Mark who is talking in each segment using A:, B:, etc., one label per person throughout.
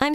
A: I'm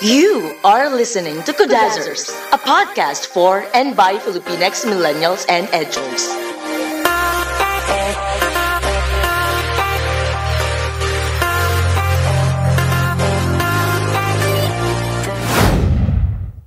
B: You are listening to Kudazzers, a podcast for and by Filipinx millennials and edgers.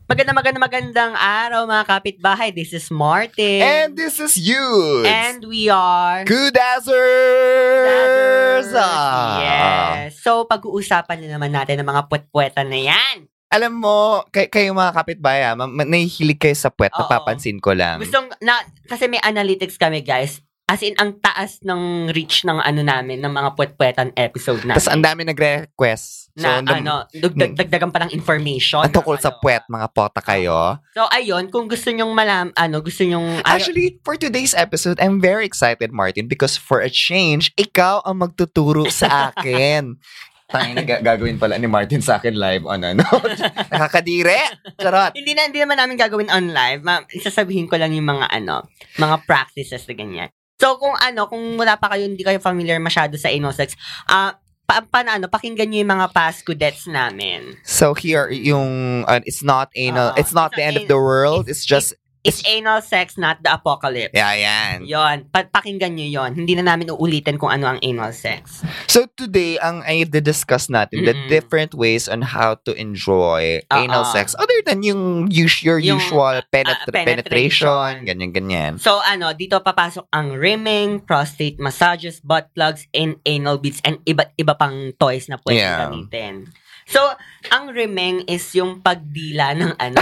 C: Maganda, maganda, magandang araw mga kapitbahay. This is Martin.
D: And this is you.
C: And we are...
D: good answers. Ah.
C: Yes. So, pag-uusapan na naman natin ang mga puwet-puwetan na yan.
D: Alam mo, kay kayo mga kapitbahay, ah, ma- ma- nahihilig kayo sa puwet,
C: Oo.
D: napapansin ko lang.
C: Gustong... Na, kasi may analytics kami, guys. As in, ang taas ng reach ng ano namin, ng mga puwet-puwetan episode namin.
D: Tapos ang dami nagre-request.
C: na
D: dam- Hmm.
C: ano, dugdag, dagdagan pa ng information.
D: ang
C: ng
D: tungkol sa
C: ano.
D: puwet, mga pota kayo.
C: So, ayun, kung gusto nyong malam, ano, gusto nyong...
D: Actually, for today's episode, I'm very excited, Martin, because for a change, ikaw ang magtuturo sa akin. Tangin na ga- gagawin pala ni Martin sa akin live on ano. Nakakadire! Charot!
C: Hindi na, hindi naman namin gagawin on live. Ma- isasabihin ko lang yung mga ano, mga practices na ganyan. So, kung ano, kung wala pa kayo, hindi kayo familiar masyado sa Inosex, ah, pa, paano, ano, pakinggan nyo yung mga past cadets namin.
D: So here, yung, uh, it's not
C: Oo.
D: anal, it's not
C: Ah, It's
D: the
C: not
D: end of
C: anal.
D: the world, it's, just,
C: It's anal sex, not the apocalypse.
D: yeah, yan.
C: Yon, pa- pakinggan nyo yon. Hindi na namin uulitin kung ano ang anal sex.
D: So today, ang ay discuss natin, the
C: Mm-mm.
D: different ways on how to enjoy
C: Oo.
D: anal sex other than yung, us- your
C: Yung,
D: usual penet-
C: ah, penetration.
D: penetration, ganyan-ganyan.
C: So, ano, dito papasok ang rimming, prostate massages, butt plugs, and anal beads, and iba't iba pang toys na pwede
D: Yeah.
C: gamitin. So, ang rimming is yung pagdila ng ano,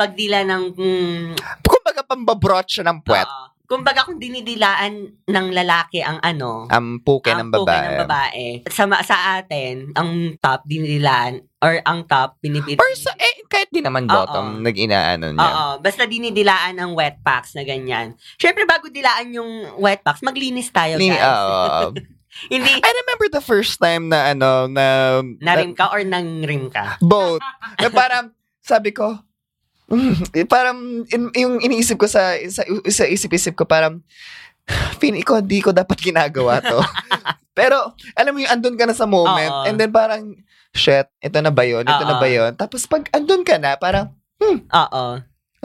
C: pagdila ng, mm,
D: Kumbaga, pambabroch siya ng puwet,
C: oo. kumbaga kung dinidilaan ng lalaki ang ano,
D: ang puke ng
C: puke
D: babae.
C: ng babae. Sa, ma- sa atin, ang top dinidilaan, or ang top binibit.
D: Or sa, eh, kahit di naman
C: Oo.
D: bottom, nag-inaano niya.
C: Oo, basta dinidilaan ang wet packs na ganyan. Siyempre, bago dilaan yung wet packs, maglinis tayo,
D: Ni-
C: guys.
D: oo.
C: Hindi,
D: I remember the first time na ano, na,
C: Narim ka or nangrim ka?
D: both. na parang, sabi ko, mm, eh, parang in- yung iniisip ko sa, sa, sa isip-isip ko, parang, feeling ko, di ko dapat ginagawa to. Pero, alam mo yung andun ka na sa
C: Oo.
D: moment, and then parang, shit, ito na ba yun? Ito na
C: Oo.
D: ba yun? Tapos pag andun ka na, parang,
C: Oo.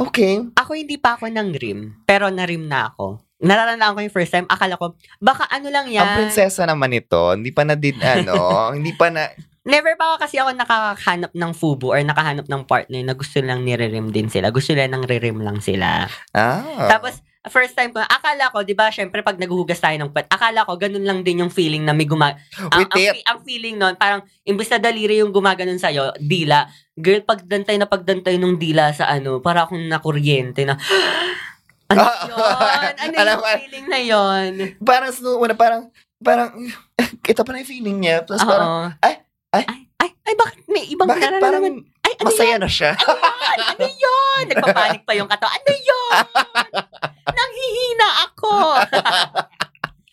D: okay.
C: Ako hindi pa ako nangrim, pero narim na ako. Nararamdaman ko yung first time, akala ko, baka ano lang yan.
D: Ang prinsesa naman ito, hindi pa na din, ano, hindi pa na,
C: Never pa ako kasi ako nakakahanap ng fubo or nakahanap ng partner na gusto lang nire-rim din sila. Gusto lang ng re-rim lang sila.
D: ah.
C: Tapos, first time ko, akala ko, di ba, syempre pag naghuhugas tayo ng pet, akala ko, ganun lang din yung feeling na may guma... Ang,
D: With
C: ang,
D: it.
C: fe- ang feeling nun, parang, imbes na daliri yung gumaganon sa'yo, dila. Girl, pagdantay na pagdantay nung dila sa ano, para akong nakuryente na, ano yun? Ano
D: Ah. Alam
C: yung
D: mo- ah,
C: feeling na yun?
D: Parang, sinu- una, parang, parang, ito pa na yung feeling niya. Tapos parang,
C: Oo.
D: ay, ay.
C: ay, ay, bakit may ibang
D: bakit
C: nararamdaman?
D: parang
C: ay, ano
D: masaya na siya?
C: yun? Ano yun? Nagpapanik pa yung katawan. Ano yun? Nanghihina ako.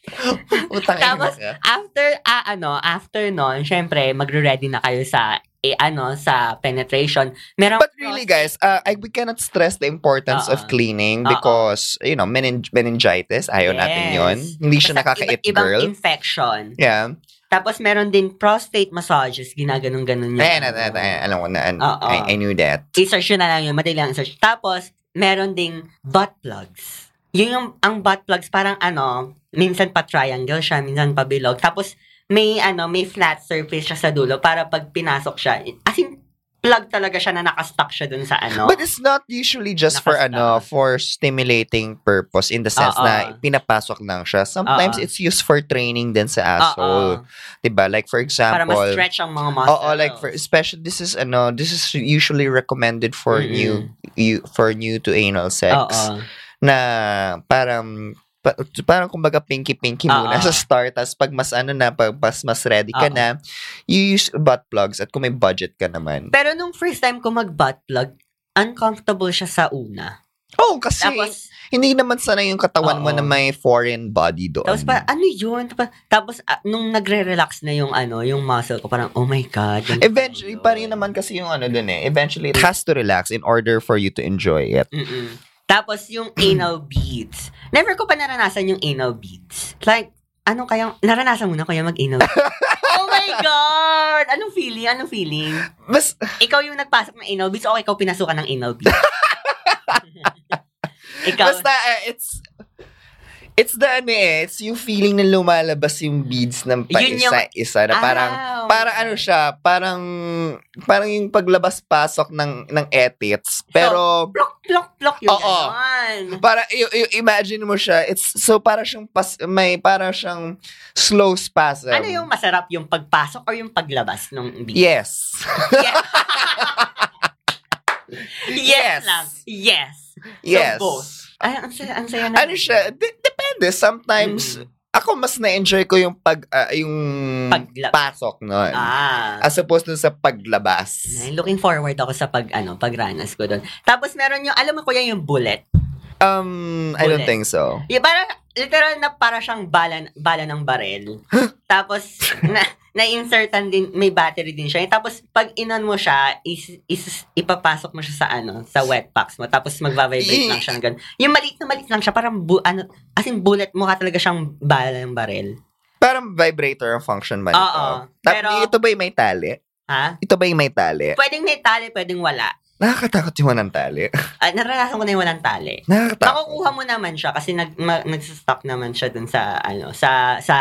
D: Utang ina
C: Tapos,
D: ka.
C: after, ah, ano, after nun, syempre, magre-ready na kayo sa, eh, ano, sa penetration. Merong
D: But really, guys, uh, I, we cannot stress the importance
C: Oo.
D: of cleaning
C: Oo.
D: because, you know, menin- meningitis, ayaw natin
C: Uh-uh. Yes.
D: yon Hindi siya
C: Basta
D: nakakait,
C: iba't ibang
D: girl.
C: infection.
D: yeah.
C: Tapos meron din prostate massages, ginaganong-ganon yun.
D: Ayan, ayan, ayan. Alam ko na. an-
C: Oo.
D: I, I knew that.
C: I-search nyo na lang yun, madali lang i-search. Tapos, meron ding butt plugs. Yun yung, ang butt plugs, parang ano, minsan pa triangle siya, minsan pa bilog. Tapos, may ano, may flat surface siya sa dulo para pag pinasok siya, as in, plug talaga siya na nakastuck siya dun sa ano.
D: But it's not usually just for ano
C: Nakasta.
D: for stimulating purpose in the sense
C: Oo.
D: na pinapasok lang siya. Sometimes
C: Oo.
D: it's used for training din sa
C: Oo.
D: asshole. 'Di ba? Like for
C: Uh-uh. para
D: example,
C: ma-stretch ang mga muscles.
D: Oo, like for especially this is ano, this is usually recommended for
C: Mm-mm.
D: new you for new to anal sex
C: Oo.
D: na parang pa- parang kumbaga pinky-pinky muna
C: Oo.
D: sa start. Tapos pag mas ano na, pag mas, mas ready ka
C: Oo.
D: na, you use butt plugs at kung may budget ka naman.
C: Pero nung first time ko mag-butt plug, uncomfortable siya sa una.
D: Oh, kasi
C: Tapos,
D: hindi naman sana yung katawan mo
C: Oo.
D: na may foreign body doon.
C: tapos pa, ano yun? Tapos, tapos ah, nung nagre-relax na yung ano, yung muscle ko, parang, oh my God. ganito
D: Eventually,
C: yun.
D: pa rin naman kasi yung ano dun eh. Eventually, it has to relax in order for you to enjoy it.
C: Mm-mm. Tapos yung anal beads. Never ko pa naranasan yung anal beads. Like, ano kaya, naranasan mo na kaya mag-anal beads? oh my God! Anong feeling? Anong feeling?
D: Mas,
C: Ikaw yung nagpasok ng anal beads o ikaw pinasukan ng anal beads? ikaw,
D: basta, uh, it's, it's the ano eh, it's yung feeling na lumalabas yung beads ng
C: Yun yung-
D: paisa-isa na
C: Ah,
D: parang,
C: okay.
D: parang ano siya, parang, parang yung paglabas-pasok ng, ng etits. Pero,
C: plok, plok, plok yung
D: Oo.
C: ganon.
D: Para y- y- imagine mo siya, it's so para siyang pas, may para siyang slow spasm.
C: Ano yung masarap yung pagpasok or yung paglabas ng beads?
D: Um, Yes.
C: yes.
D: Yes.
C: lang. Yes.
D: yes.
C: So both. Ay, ang saya, ang saya na.
D: ano siya, de- depende sometimes
C: Mm.
D: ako mas na-enjoy ko yung pag ah, yung
C: Pagla-
D: pasok noon.
C: Ah.
D: As opposed dun sa paglabas.
C: Ay, Looking forward ako sa pag ano, pagranas ko doon. Tapos meron yung alam mo kuya yung bullet.
D: Um, I don't
C: Bullet.
D: think so.
C: Yung parang literal na para siyang bala bala ng barel. Tapos na, na-insertan din may battery din siya. Tapos pag inon mo siya, is, is, ipapasok mo siya sa ano, sa wet packs mo. Tapos magva-vibrate lang siya ng ganun. Yung maliit na maliit lang siya, parang bu, ano, as in bullet mo ka talaga siyang bala ng barel.
D: Parang vibrator ang function ba nito?
C: Oo.
D: Tap-
C: Pero-
D: ito ba yung may tali?
C: Ha?
D: Ito ba yung may tali?
C: Pwedeng may tali, pwedeng wala.
D: Nakakatakot yung walang tali.
C: Ah, naranasan ko na yung walang tali.
D: Nakakatakot.
C: Makukuha mo naman siya kasi nag ma- nagsa-stock naman siya dun sa ano sa sa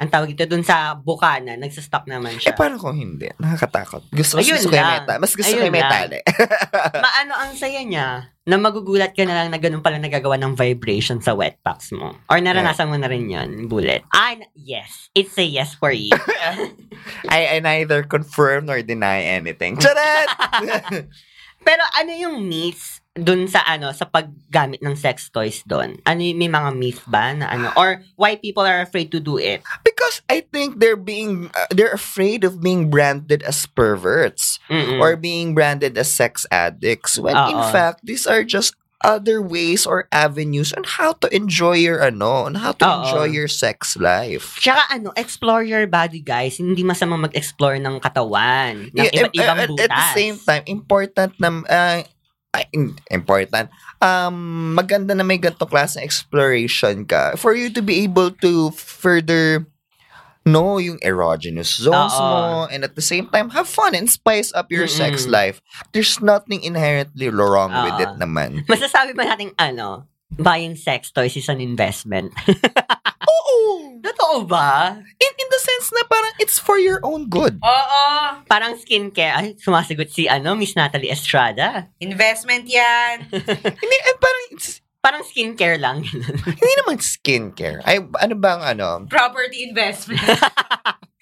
C: ang tawag dito dun sa bukana nagsa-stock naman
D: Eh,
C: siya.
D: paano kung hindi? Nakakatakot. Gusto, mas
C: Ayun
D: gusto ko yung may
C: lang.
D: tali. Mas gusto ko
C: Ayun
D: yung may
C: lang.
D: tali.
C: Maano ang saya niya na magugulat ka na lang na ganun pala nagagawa ng vibration sa wet packs mo. Or naranasan mo na rin yun, bullet. Ah, na- yes. It's a yes for you.
D: I, I neither confirm nor deny anything. Charot!
C: Pero ano yung myths dun sa ano sa paggamit ng sex toys doon? Ano yung, may mga myth ba na ano or why people are afraid to do it?
D: Because I think they're being, uh, they're afraid of being branded as perverts
C: Mm-mm.
D: or being branded as sex addicts when in
C: Mm-hmm. Oo.
D: fact, these are just other ways or avenues on how to enjoy your ano, on how to
C: Oo.
D: enjoy your sex life.
C: Tsaka ano, explore your body, guys. Hindi masama mag-explore ng katawan, ng
D: Yeah, eh,
C: iba't ibang
D: at-
C: butas.
D: at, at the same time, important na, uh, ay, in- important, um, maganda na may ganito klase ng exploration ka for you to be able to further know yung erogenous zones
C: Oo.
D: mo and at the same time have fun and spice up your sex
C: Mm-mm.
D: life. There's nothing inherently wrong with
C: Oo.
D: it naman.
C: Masasabi ba natin, ano, buying sex toys is an investment?
D: Oo!
C: Totoo ba?
D: In, in the sense na parang it's for your own good.
C: Oh.
E: Oo.
C: Parang skincare. Ay, sumasagot si, ano, Miss Natalie Estrada.
E: Investment yan.
D: Hindi, eh, parang it's-
C: Parang skincare lang.
D: hindi naman skincare. Ay, ano bang ano?
E: Property investment.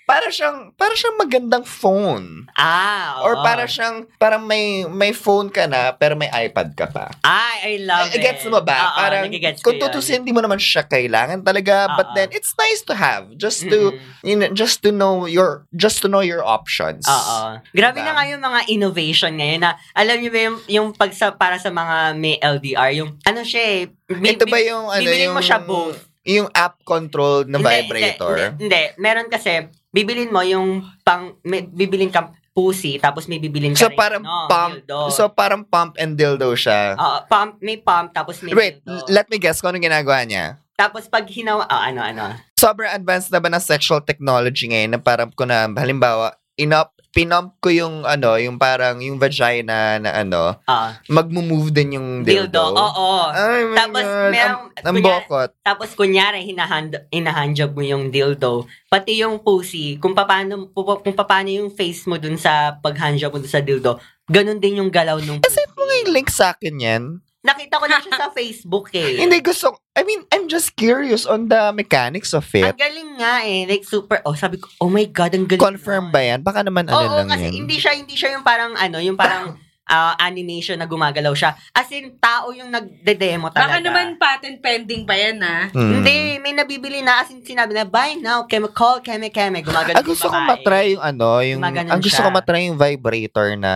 D: Para siyang, para siyang magandang phone.
C: ah, oo.
D: Or para siyang, parang may may phone ka na, pero may iPad ka pa. Eh,
C: Ay, I love it.
D: Gets mo ba?
C: Oo, Ah,
D: parang,
C: nagigets ko
D: kung
C: yun.
D: tutusin, hindi mo naman siya kailangan talaga. But
C: Oo.
D: then, it's nice to have. Just to,
C: Mm-mm.
D: you know, just to know your, just to know your options.
C: Oo. Grabe
D: Diba?
C: na nga yung mga innovation ngayon na, alam niyo ba yung, yung pag sa, para sa mga may LDR, yung, ano siya eh, bi-
D: Ito ba
C: bi-
D: yung, ano,
C: bibilin
D: yung,
C: mo siya both.
D: Yung app-controlled na
C: Hindi,
D: vibrator.
C: Hindi, hindi, Hindi. meron kasi, bibilin mo yung pang, may, bibilin kang pussy, tapos may bibilin ka rin,
D: So, parang
C: ano,
D: pump,
C: dildo.
D: so parang pump and dildo siya.
C: Oo, Ah, pump, may pump, tapos may
D: Wait,
C: dildo.
D: let me guess kung anong ginagawa niya.
C: tapos pag hinawa, ah, ano, ano.
D: sobrang advanced na ba ng sexual technology ngayon na parang ko na, halimbawa, inop, pinump ko yung ano, yung parang yung vagina na ano,
C: Ah,
D: magmo-move din yung dildo.
C: dildo. Oo.
D: Ay, my
C: Tapos,
D: God.
C: merong,
D: ang, ang
C: kunyari-
D: bokot.
C: Tapos kunyari, hinahand, hinahandjob mo yung dildo, pati yung pussy, kung paano, pupa- kung paano yung face mo dun sa paghandjob mo dun sa dildo, ganun din yung galaw nung pussy.
D: Send mo nga yung link sa akin yan.
C: Nakita ko lang siya sa Facebook eh.
D: Hindi gusto, I mean, I'm just curious on the mechanics of it.
C: Ang galing nga eh. Like super, oh sabi ko, oh my God, ang galing.
D: Confirm ba yan? Baka naman ano
C: Oo,
D: lang
C: kasi
D: yan.
C: hindi siya, hindi siya yung parang ano, yung parang ah, animation na gumagalaw siya. As in, tao yung nagde-demo
E: Baka
C: talaga.
E: naman patent pending pa yan, ah.
D: Hmm.
C: Hindi, may nabibili na. As in, sinabi na, buy now, chemical, keme, keme. Gumagalaw
D: Ang Ah, gusto ko matry yung ano, yung,
C: Gumaganon
D: ang gusto
C: siya.
D: ko matry yung vibrator na,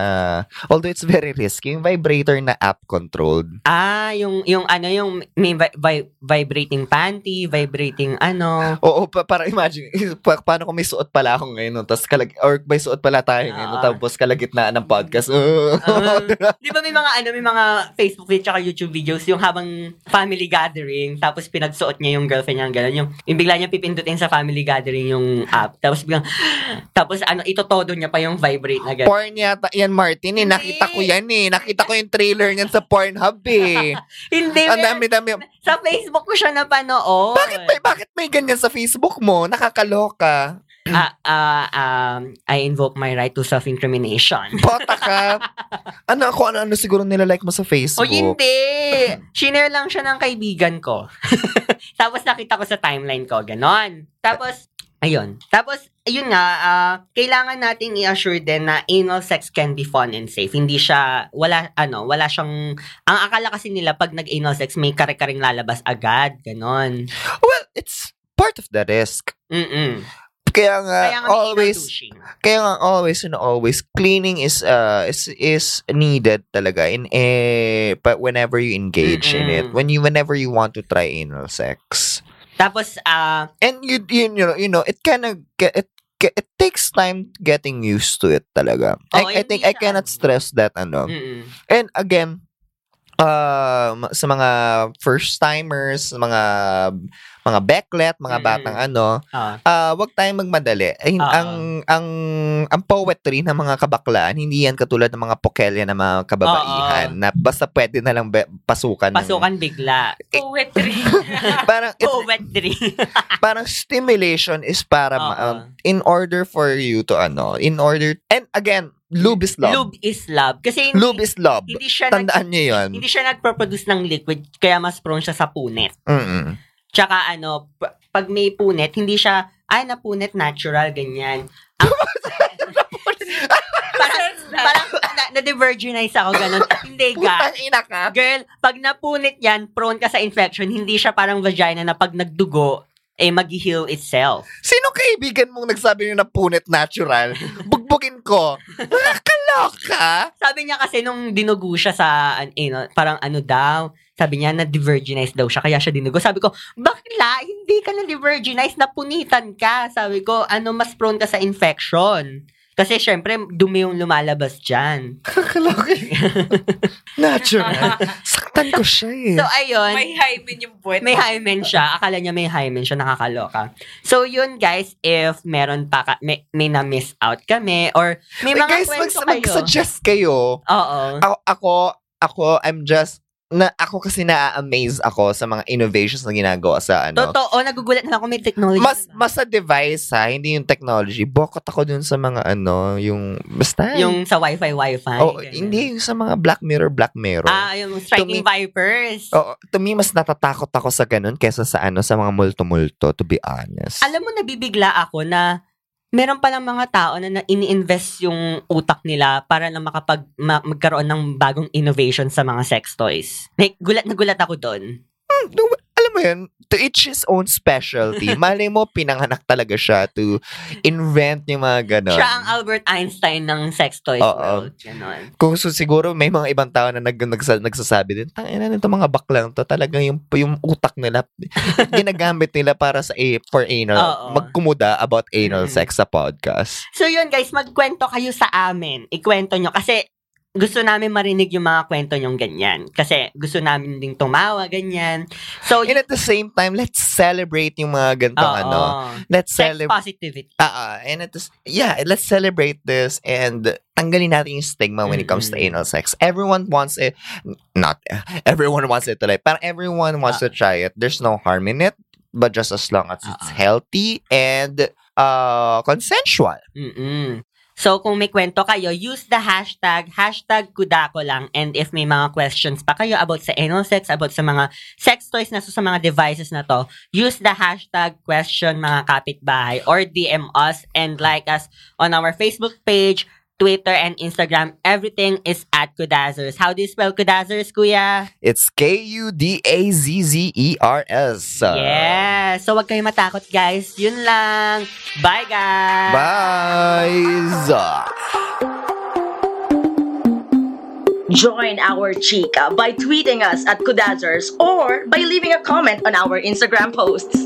D: although it's very risky, yung vibrator na app-controlled.
C: Ah, yung, yung ano, yung may vi- vi- vibrating panty, vibrating ano.
D: Oo, pa, para imagine, pa, paano kung may suot pala ako ngayon, no? tapos kalag, or may suot pala tayo ngayon, no?
C: Ah.
D: tapos kalagitnaan ng podcast. Uh,
C: Ah, di ba may mga ano, may mga Facebook page at YouTube videos yung habang family gathering tapos pinagsuot niya yung girlfriend niya ganun yung, yung bigla niya pipindutin sa family gathering yung app tapos biglang tapos ano ito todo niya pa yung vibrate na ganun.
D: porn yata yan, Martin, eh. Nakita ko yan eh. Nakita ko yung trailer niyan sa Pornhub eh.
C: Hindi.
D: Ang
C: meron-
D: dami-dami.
C: Sa Facebook ko siya napanood.
D: Bakit may, bakit may ganyan sa Facebook mo? Nakakaloka.
C: Ah, ah, um, I invoke my right to self-incrimination.
D: Bota ka. ano ako, ano-ano siguro nilalike mo sa
C: O
D: Facebook.
C: hindi! Shinare lang siya ng kaibigan ko. Tapos nakita ko sa timeline ko, ganon. Tapos, ayun. Tapos, ayun nga, ah, kailangan nating i-assure din na anal sex can be fun and safe. Hindi siya, wala, ano, wala siyang, ang akala kasi nila pag nag-anal sex, may kare-karing lalabas agad, ganon.
D: Well, it's part of the risk.
C: Mm-mm.
D: Kaya nga,
C: Kaya nga may anal
D: Uh, always,
C: douching.
D: kaya nga always and always cleaning is uh is is needed talaga in eh but whenever you engage in it
C: Mm-mm.
D: when you whenever you want to try anal sex
C: Tapos, ah,
D: and you you, you know you know it kind of it ca- it takes time getting used to it talaga
C: Oo,
D: I, I think I
C: hindi siya-
D: cannot stress that ano
C: mm-mm.
D: And again, um, sa mga first timers, mga mga backlet, mga
C: Mm.
D: batang ano,
C: Ah.
D: ah, wag tayong magmadali. Ay,
C: Ah.
D: ang ang ang poetry ng mga kabaklaan, hindi yan katulad ng mga pokelya ng mga kababaihan na basta pwede na lang be- pasukan. ng-
C: pasukan bigla.
E: Poetry.
D: parang it's-
C: Poetry.
D: parang stimulation is para ma-
C: Oo.
D: um, in order for you to ano, in order and again, lube is love. Lube,
C: Lube is love. Kasi hindi,
D: is love.
C: hindi siya
D: Tandaan niyo 'yon.
C: hindi siya nagpo-produce ng liquid, kaya mas prone siya sa punit.
D: Mm.
C: Tsaka ano, p- pag may punit, hindi siya, ay, napunit, natural, ganyan. Ang- parang, parang na, na-divergenize ako, ganun. hindi, ga.
D: Putang ina ka.
C: Girl, pag napunit yan, prone ka sa infection, hindi siya parang vagina na pag nagdugo, eh, mag-heal itself.
D: Sino kaibigan mong nagsabi niyo na punit natural? Bugbugin ko. Nakakaloka.
C: Sabi niya kasi nung dinugo siya sa, an- ano, parang ano daw, sabi niya na divergenize daw siya, kaya siya dinugo. Sabi ko, bakla, hindi ka na divergenize, napunitan ka. Sabi ko, ano, mas prone ka sa infection. Kasi syempre, dumi yung lumalabas dyan.
D: Nakakaloka. natural. Saktan ko siya eh.
C: So, ayun.
E: May hyphen yung puwet.
C: may hymen siya. Akala niya may hymen siya, nakakaloka. So, yun guys, if meron pa, ka, may, may na-miss out kami, or may
D: Ay,
C: mga
D: guys,
C: kwento
D: mag-
C: kayo.
D: mag-suggest kayo.
C: Oo.
D: Ako, ako, ako, I'm just, na, ako kasi na-amaze ako sa mga innovations na ginagawa sa ano.
C: Totoo, ah. nagugulat na lang kung may technology. na
D: Mas,
C: ba?
D: mas sa device ha, hindi yung technology. Bokot ako dun sa mga ano, yung, basta.
C: yung sa wifi, wifi.
D: oh,
C: ganun.
D: hindi yung sa mga Black Mirror, Black Mirror.
C: Ah, yung Striking
D: Tumi- Oh.
C: Vipers.
D: Oo, to me, mas natatakot ako sa ganun kesa sa ano, sa mga multo-multo, to be honest.
C: Alam mo, nabibigla ako na meron palang mga tao na, na ini-invest yung utak nila para lang makapag, ma- magkaroon ng bagong innovation sa mga sex toys. Like, gulat na gulat ako doon.
D: No, alam mo yun, to each his own specialty. Malay mo, pinanganak talaga siya to invent yung mga ganun.
C: Siya ang Albert Einstein ng sex toys
D: Oo.
C: world. Ganon.
D: Kung so, siguro may mga ibang tao na nag, nagsa- nagsasabi din, tangina nito mga baklang to, talaga yung, yung utak nila, ginagamit nila para sa a- for anal,
C: Oo.
D: magkumuda about anal
C: Mm.
D: sex sa podcast.
C: So yun guys, magkwento kayo sa amin. Ikwento nyo. Kasi gusto namin marinig yung mga kwento nyong ganyan. Kasi gusto namin ding tumawa, ganyan. So,
D: And at the same time, let's celebrate yung mga
C: Oh, oo.
D: ganitong
C: um,
D: ano. Let's
C: Sex
D: celebrate.
C: positivity.
D: Ah, ah, and it is, yeah, let's celebrate this and tanggalin natin yung stigma when it comes to
C: Mhm.
D: anal sex. Everyone wants it, not, everyone wants it tuloy, parang everyone wants to try it. There's no harm in it, but just as long as it's
C: Ah, ah.
D: healthy and uh, consensual.
C: mm So, kung may kwento kayo, use the hashtag, hashtag kudako lang. And if may mga questions pa kayo about sa anal sex, about sa mga sex toys na to, sa mga devices na to, use the hashtag question mga kapitbahay or DM us and like us on our Facebook page, Twitter, and Instagram. Everything is at Kudazers. How do you spell Kudazers, kuya?
D: It's E K-U-D-A-Z-Z-E-R-S.
C: yeah. So, wag kayong matakot, guys. Yun lang. Bye, guys.
D: Bye.
B: Join our chika by tweeting us at Kudazers or by leaving a comment on our Instagram posts.